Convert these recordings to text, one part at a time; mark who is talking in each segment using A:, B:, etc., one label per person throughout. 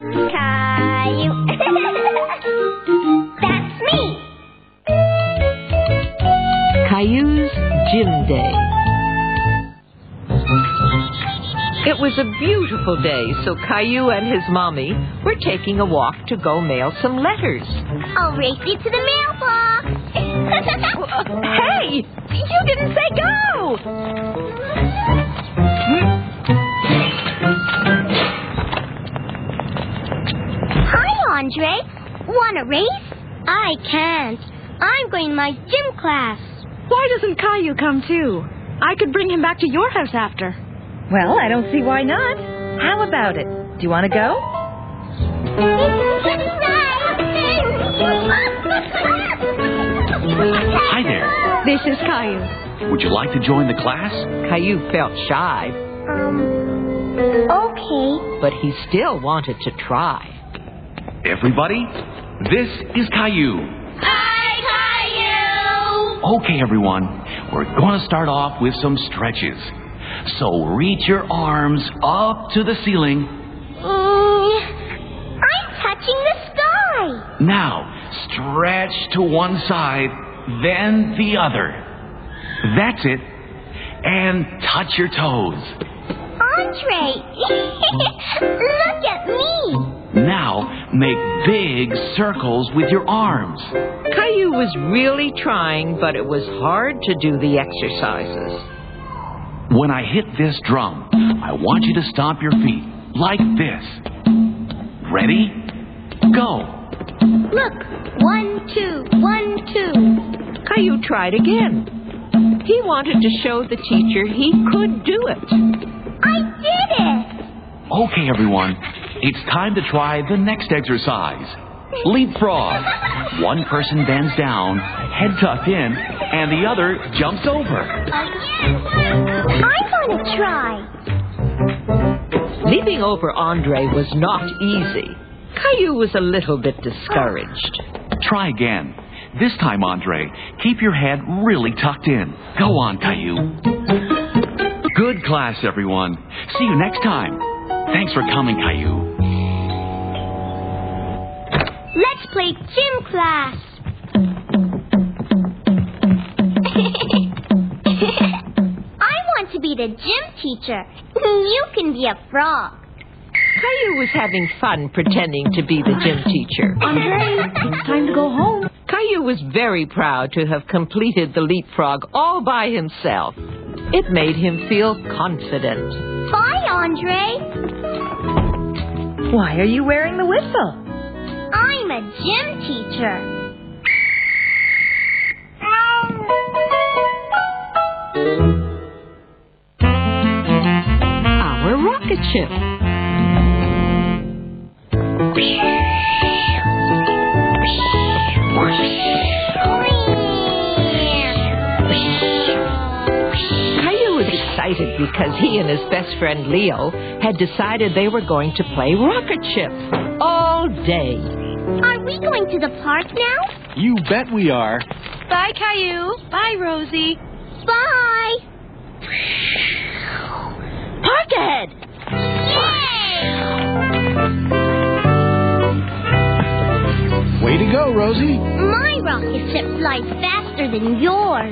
A: Caillou. That's me.
B: Caillou's Gym Day. It was a beautiful day, so Caillou and his mommy were taking a walk to go mail some letters.
A: I'll race you to the mailbox.
B: Hey! You didn't say go!
A: Hi, Andre. Wanna race? I can't. I'm going to my gym class.
C: Why doesn't Caillou come too? I could bring him back to your house after.
D: Well, I don't see why not. How about it? Do you want to go?
A: Hi
E: there.
C: This is Caillou.
E: Would you like to join the class?
B: Caillou felt shy,
A: Um, okay.
B: but he still wanted to try.
E: Everybody, this is Caillou.
A: Hi,
E: Okay, everyone, we're going to start off with some stretches. So reach your arms up to the ceiling.
A: Caillou. Mm, I'm touching the sky.
E: Now, stretch to one side, then the other. That's it. And touch your toes.
A: Andre, look at me.
E: Now, make big circles with your arms.
B: Caillou was really trying, but it was hard to do the exercises.
E: When I hit this drum, I want you to stomp your feet like this. Ready? Go.
A: Look, one, two, one, two.
B: Caillou tried again. He wanted to show the teacher he could do it.
A: I did it.
E: Okay, everyone. It's time to try the next exercise. Leapfrog. One person bends down, head tucked in, and the other jumps over.
A: I want to try.
B: Leaping over Andre was not easy. Caillou was a little bit discouraged.
E: Try again. This time, Andre, keep your head really tucked in. Go on, Caillou. Good class, everyone. See you next time. Thanks for coming, Caillou.
A: Let's play gym class. I want to be the gym teacher. You can be a frog.
B: Caillou was having fun pretending to be the gym teacher.
C: It's time to go home.
B: Caillou was very proud to have completed the leapfrog all by himself. It made him feel confident.
A: Bye, Andre.
D: Why are you wearing the whistle?
A: I'm a gym teacher.
B: Our rocket ship. Caillou was excited because he and his best friend Leo had decided they were going to play rocket ship all day.
A: Are we going to the park now?
F: You bet we are.
C: Bye, Caillou. Bye, Rosie.
A: Bye.
C: Park ahead.
F: Way to go, Rosie.
A: My rocket ship flies faster than yours.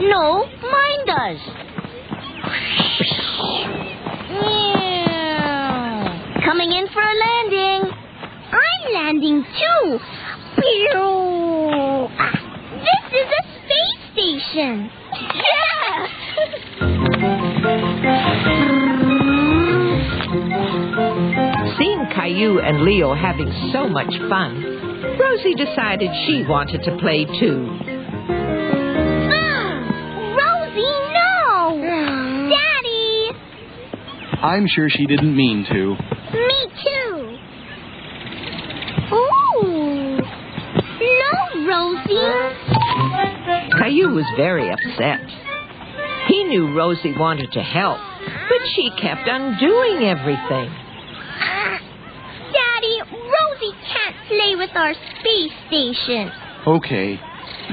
A: No, mine does. Coming in for a landing. I'm landing too. Pew. This is a space station. Yeah.
B: Seeing Caillou and Leo having so much fun, Rosie decided she wanted to play too.
A: Ah, Rosie, no. Daddy.
F: I'm sure she didn't mean to.
A: Me too. Ooh. No, Rosie.
B: Caillou was very upset. He knew Rosie wanted to help, but she kept on doing everything.
A: Ah, Daddy, Rosie can't play with our space station.
F: Okay.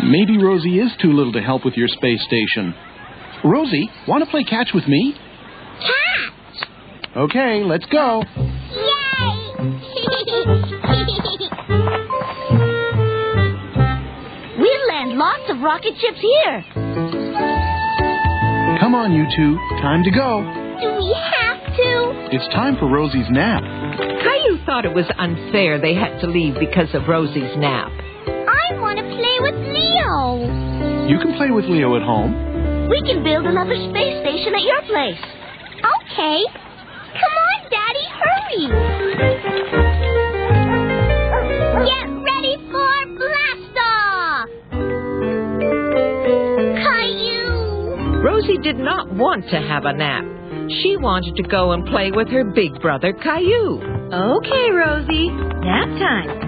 F: Maybe Rosie is too little to help with your space station. Rosie, want to play catch with me?
A: Cat!
F: Okay, let's go.
A: Yay! rocket ship's here.
E: Come on, you two. Time to go.
A: Do we have to?
E: It's time for Rosie's nap.
B: Caillou thought it was unfair they had to leave because of Rosie's nap.
A: I want to play with Leo.
E: You can play with Leo at home.
A: We can build another space station at your place. Okay. Come on, Daddy, hurry. Get ready for blast off. Caillou.
B: Rosie did not want to have a nap. She wanted to go and play with her big brother Caillou.
D: Okay, Rosie. Nap time.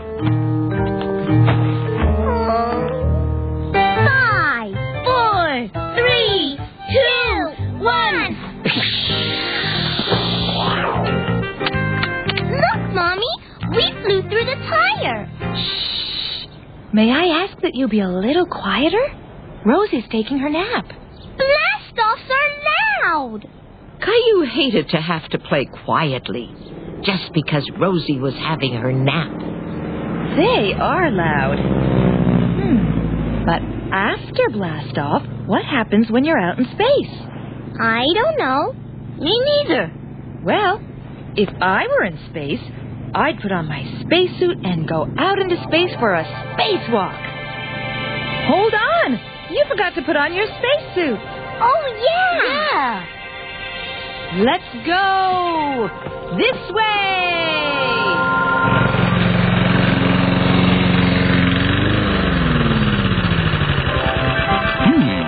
A: Five, four, three, two, one. Look, Mommy, we flew through the tire.
D: May I ask that you be a little quieter? Rosie's taking her nap.
A: Blast offs are loud.
B: Caillou hated to have to play quietly just because Rosie was having her nap.
D: They are loud. Hmm. But after blast off, what happens when you're out in space?
A: I don't know. Me neither.
D: Well, if I were in space, I'd put on my spacesuit and go out into space for a spacewalk. Hold on! You forgot to put on your spacesuit.
A: Oh, yeah.
D: Let's go! This way!
E: Hmm.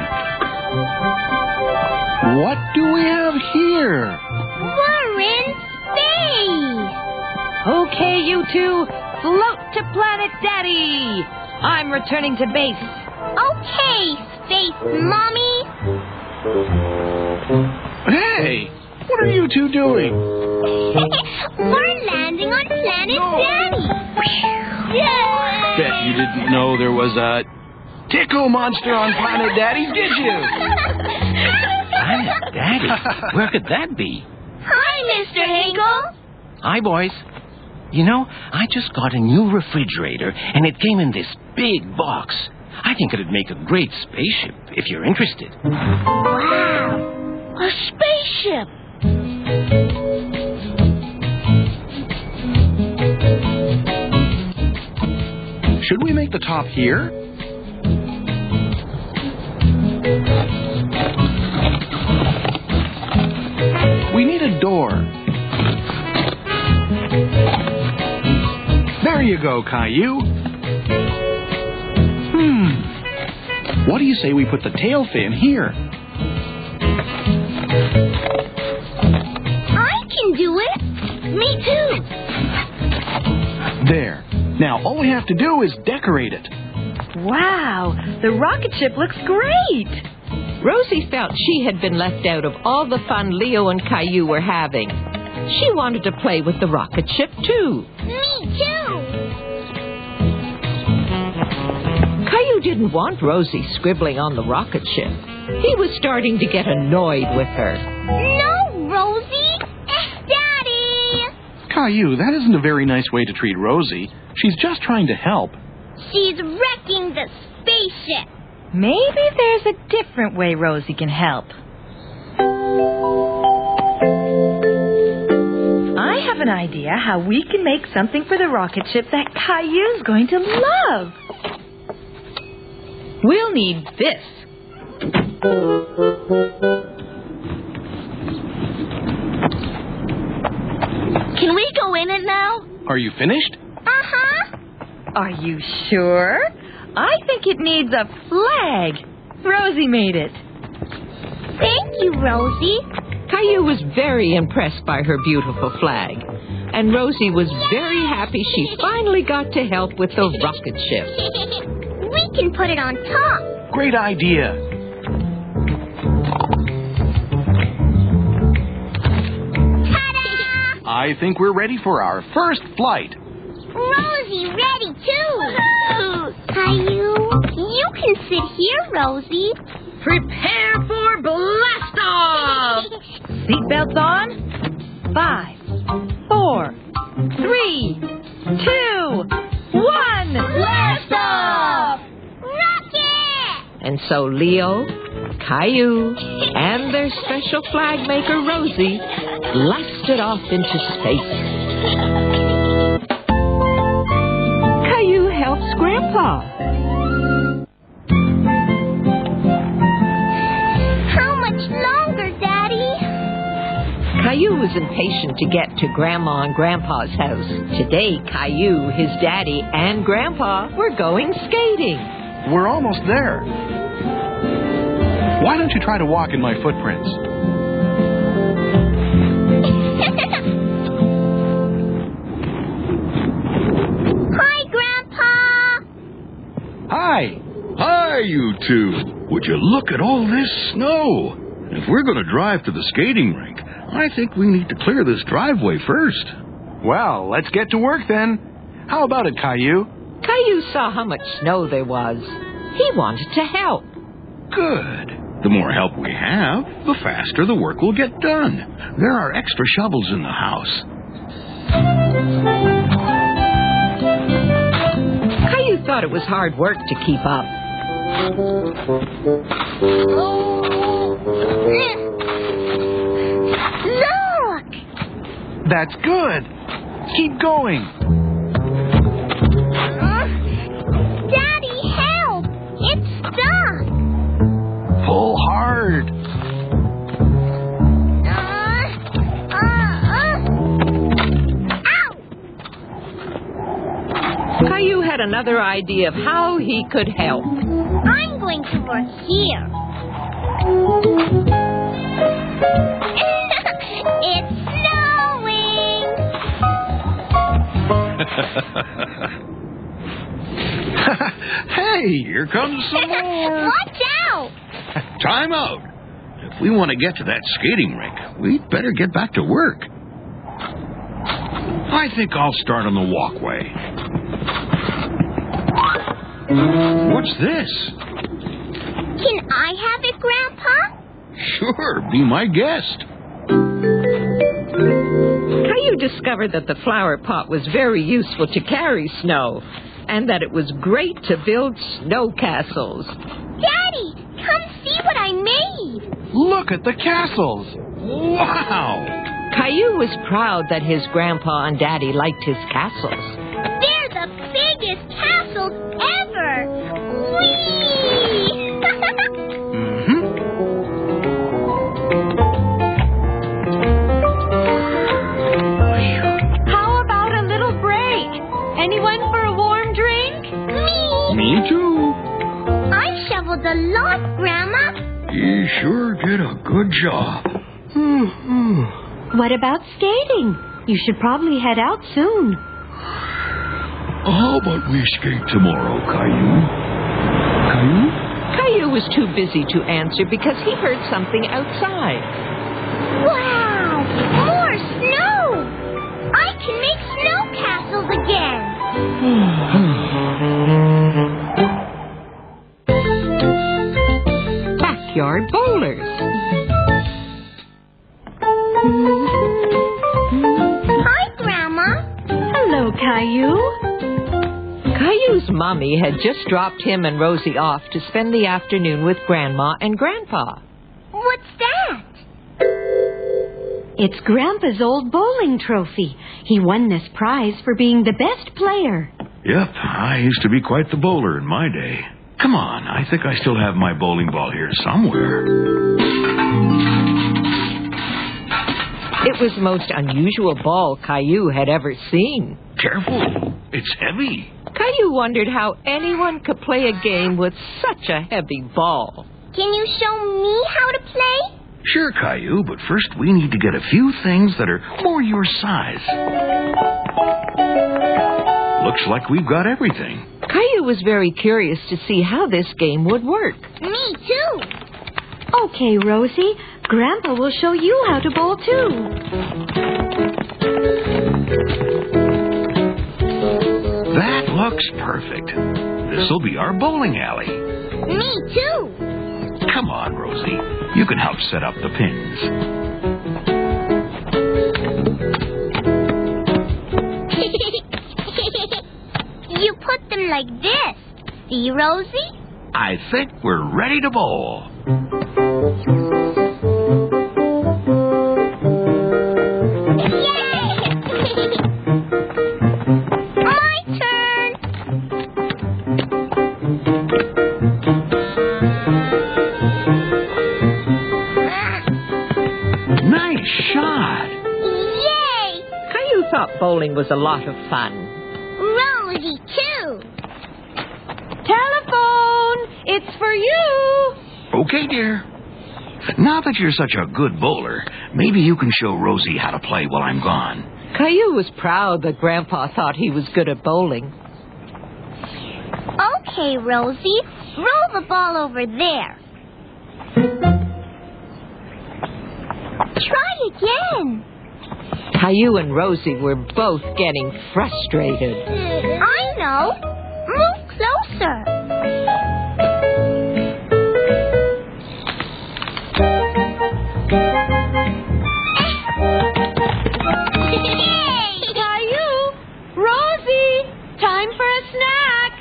E: What do we have here?
A: We're in space.
D: Okay, you two, float to Planet Daddy! I'm returning to base.
A: Okay, space mommy.
E: Hey, what are you two doing?
A: We're landing on planet Daddy. Yay!
E: Bet you didn't know there was a tickle monster on Planet Daddy, did you?
G: Planet Daddy? Where could that be?
A: Hi, Mr. Hinkle.
G: Hi, boys. You know, I just got a new refrigerator, and it came in this big box. I think it'd make a great spaceship if you're interested.
A: Wow, a spaceship.
E: Should we make the top here? We need a door. There you go, Caillou. Hmm. What do you say we put the tail fin here?
A: I can do it. Me too.
E: There. Now, all we have to do is decorate it.
D: Wow, the rocket ship looks great!
B: Rosie felt she had been left out of all the fun Leo and Caillou were having. She wanted to play with the rocket ship too.
A: Me too.
B: Caillou didn't want Rosie scribbling on the rocket ship. He was starting to get annoyed with her.
A: No, Rosie. Eh, Daddy.
E: Caillou, that isn't a very nice way to treat Rosie. She's just trying to help.
A: She's wrecking the spaceship.
D: Maybe there's a different way Rosie can help. I have an idea how we can make something for the rocket ship that Caillou's going to love. We'll need this.
A: Can we go in it now?
E: Are you finished?
A: Uh huh.
D: Are you sure? I think it needs a flag. Rosie made it.
A: Thank you, Rosie.
B: Caillou was very impressed by her beautiful flag. And Rosie was very happy she finally got to help with the rocket ship.
A: we can put it on top.
E: Great idea.
A: Ta-da!
E: I think we're ready for our first flight.
A: Rosie, ready too. Caillou, you can sit here, Rosie.
D: Prepare for blast off! Seatbelts on. Five, four, three, two, one.
A: Blast off! Rocket!
B: And so Leo, Caillou, and their special flag maker Rosie blasted off into space. Caillou helps Grandpa.
A: How much longer, Daddy?
B: Caillou was impatient to get to Grandma and Grandpa's house. Today, Caillou, his daddy, and Grandpa were going skating.
H: We're almost there. Why don't you try to walk in my footprints?
A: Hi, Grandpa.
E: Hi. Hi, you two. Would you look at all this snow? If we're going to drive to the skating rink, I think we need to clear this driveway first.
H: Well, let's get to work then. How about it, Caillou?
B: Caillou saw how much snow there was. He wanted to help.
E: Good. The more help we have, the faster the work will get done. There are extra shovels in the house.
B: Caillou thought it was hard work to keep up.
A: Look!
H: That's good. Keep going.
A: Daddy, help! It's stuck!
H: Pull hard.
A: Uh, uh, uh. Ow!
B: Caillou had another idea of how he could help.
A: I'm going to work here. it's snowing!
E: hey, here comes some more.
A: Watch out!
E: Time out. If we want to get to that skating rink, we'd better get back to work. I think I'll start on the walkway. What's this?
A: Can I have it, Grandpa?
E: Sure, be my guest.
B: Caillou discovered that the flower pot was very useful to carry snow and that it was great to build snow castles.
A: Daddy, come see what I made!
H: Look at the castles.
E: Wow!
B: Caillou was proud that his grandpa and daddy liked his castles.
A: They're the biggest castles ever! Whee!
I: How about a little break? Anyone for a warm drink?
A: Me!
E: Me too.
A: I shoveled a lot, Grandma.
E: You sure did a good job.
I: What about skating? You should probably head out soon.
E: How about we skate tomorrow, Caillou? Caillou?
B: Caillou was too busy to answer because he heard something outside.
A: Wow! More snow! I can make snow castles again!
B: Backyard bowlers.
A: Hi, Grandma!
I: Hello, Caillou.
B: Caillou's mommy had just dropped him and Rosie off to spend the afternoon with Grandma and Grandpa.
A: What's that?
I: It's Grandpa's old bowling trophy. He won this prize for being the best player.
E: Yep, I used to be quite the bowler in my day. Come on, I think I still have my bowling ball here somewhere.
B: It was the most unusual ball Caillou had ever seen.
E: Careful, it's heavy.
B: Caillou wondered how anyone could play a game with such a heavy ball.
A: Can you show me how to play?
E: Sure, Caillou, but first we need to get a few things that are more your size. Looks like we've got everything.
B: Caillou was very curious to see how this game would work.
A: Me too!
I: Okay, Rosie. Grandpa will show you how to bowl, too.
E: That looks perfect. This'll be our bowling alley.
A: Me too!
E: Come on, Rosie. You can help set up the pins.
A: you put them like this. See, Rosie?
J: I think we're ready to bowl.
A: Yay! My turn! Ah,
J: Nice shot.
A: Yay!
B: Caillou thought bowling was a lot of fun.
A: Rosie, too!
C: Telephone! It's for you!
J: Okay, dear. Now that you're such a good bowler, maybe you can show Rosie how to play while I'm gone.
B: Caillou was proud that Grandpa thought he was good at bowling.
A: Okay, Rosie, roll the ball over there. Try again.
B: Caillou and Rosie were both getting frustrated.
A: I know. Move closer. Yay!
C: Caillou! Rosie! Time for a snack!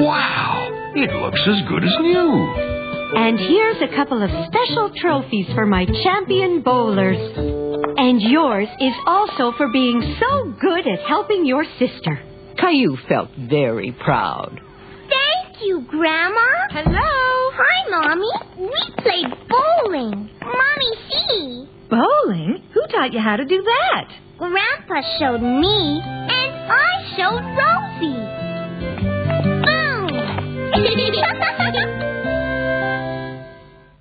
J: Wow! It looks as good as new.
C: And here's a couple of special trophies for my champion bowlers. And yours is also for being so good at helping your sister.
B: Caillou felt very proud.
A: Thank you, Grandma. Hello. Hi, Mommy. We played bowling. Mommy, see.
D: Bowling? Who taught you how to do that?
A: Grandpa showed me, and I showed Rosie.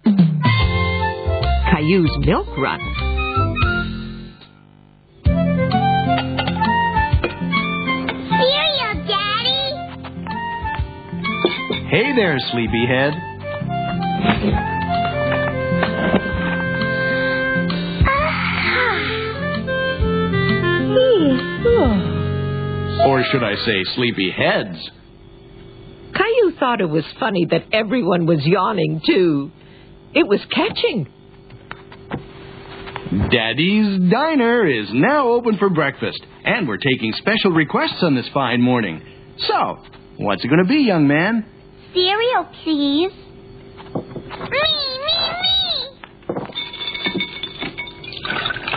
A: Boom!
B: Caillou's milk run.
A: Cereal, Daddy.
E: Hey there, sleepyhead. Ah. Or should I say sleepyheads?
B: Caillou thought it was funny that everyone was yawning, too. It was catching.
E: Daddy's Diner is now open for breakfast, and we're taking special requests on this fine morning. So, what's it going to be, young man?
A: Cereal, please. Me, me, me.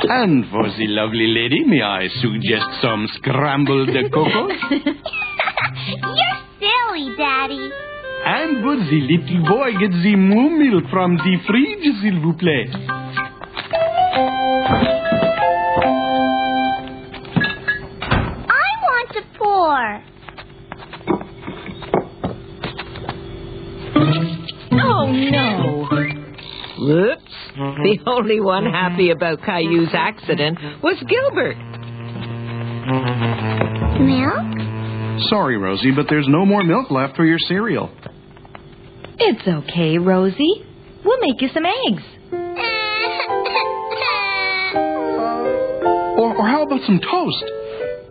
E: And for the lovely lady, may I suggest some scrambled cocoa?
A: You're silly, Daddy.
E: and would the little boy get the moo milk from the fridge, s'il vous plaît?
A: I want to pour.
B: Oh, no. Whoops. The only one happy about Caillou's accident was Gilbert.
A: Milk?
E: Sorry, Rosie, but there's no more milk left for your cereal.
D: It's okay, Rosie. We'll make you some eggs.
E: Or, or how about some toast?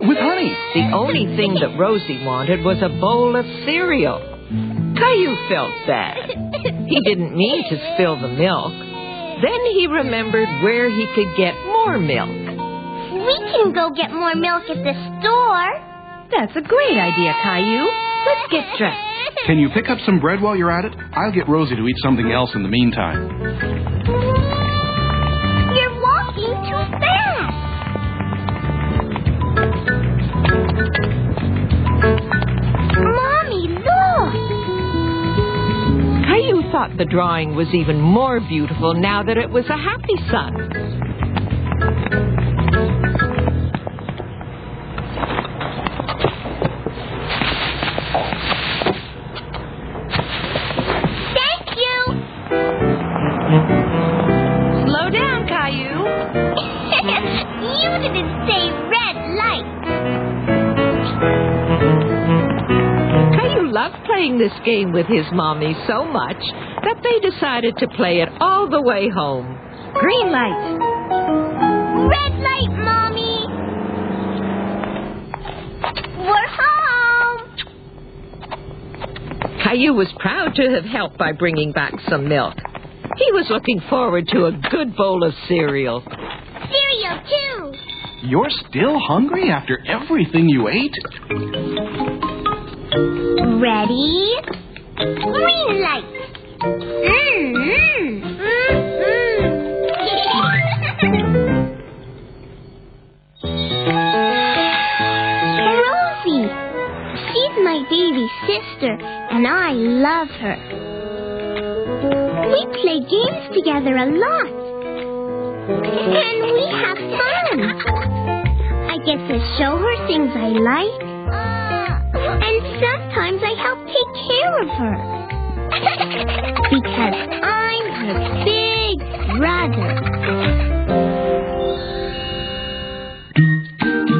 E: With honey.
B: The only thing that Rosie wanted was a bowl of cereal. Caillou felt bad. He didn't mean to spill the milk. Then he remembered where he could get more milk.
A: we can go get more milk at the store.
D: That's a great idea, Caillou. Let's get dressed.
E: Can you pick up some bread while you're at it? I'll get Rosie to eat something else in the meantime.
A: You're walking too fast. Mommy, look.
B: Caillou thought the drawing was even more beautiful now that it was a happy sun.
A: Thank you.
D: Slow down, Caillou.
A: you didn't say red light.
B: Caillou loved playing this game with his mommy so much that they decided to play it all the way home.
D: Green light.
A: Red light, Mommy. We're home.
B: Caillou was proud to have helped by bringing back some milk. He was looking forward to a good bowl of cereal.
A: Cereal, too.
E: You're still hungry after everything you ate?
A: Ready? Green light. Mm-hmm. Mm-hmm. Rosie. She's my baby sister, and I love her. We play games together a lot. And we have fun. I get to show her things I like. And sometimes I help take care of her. because I'm her big brother.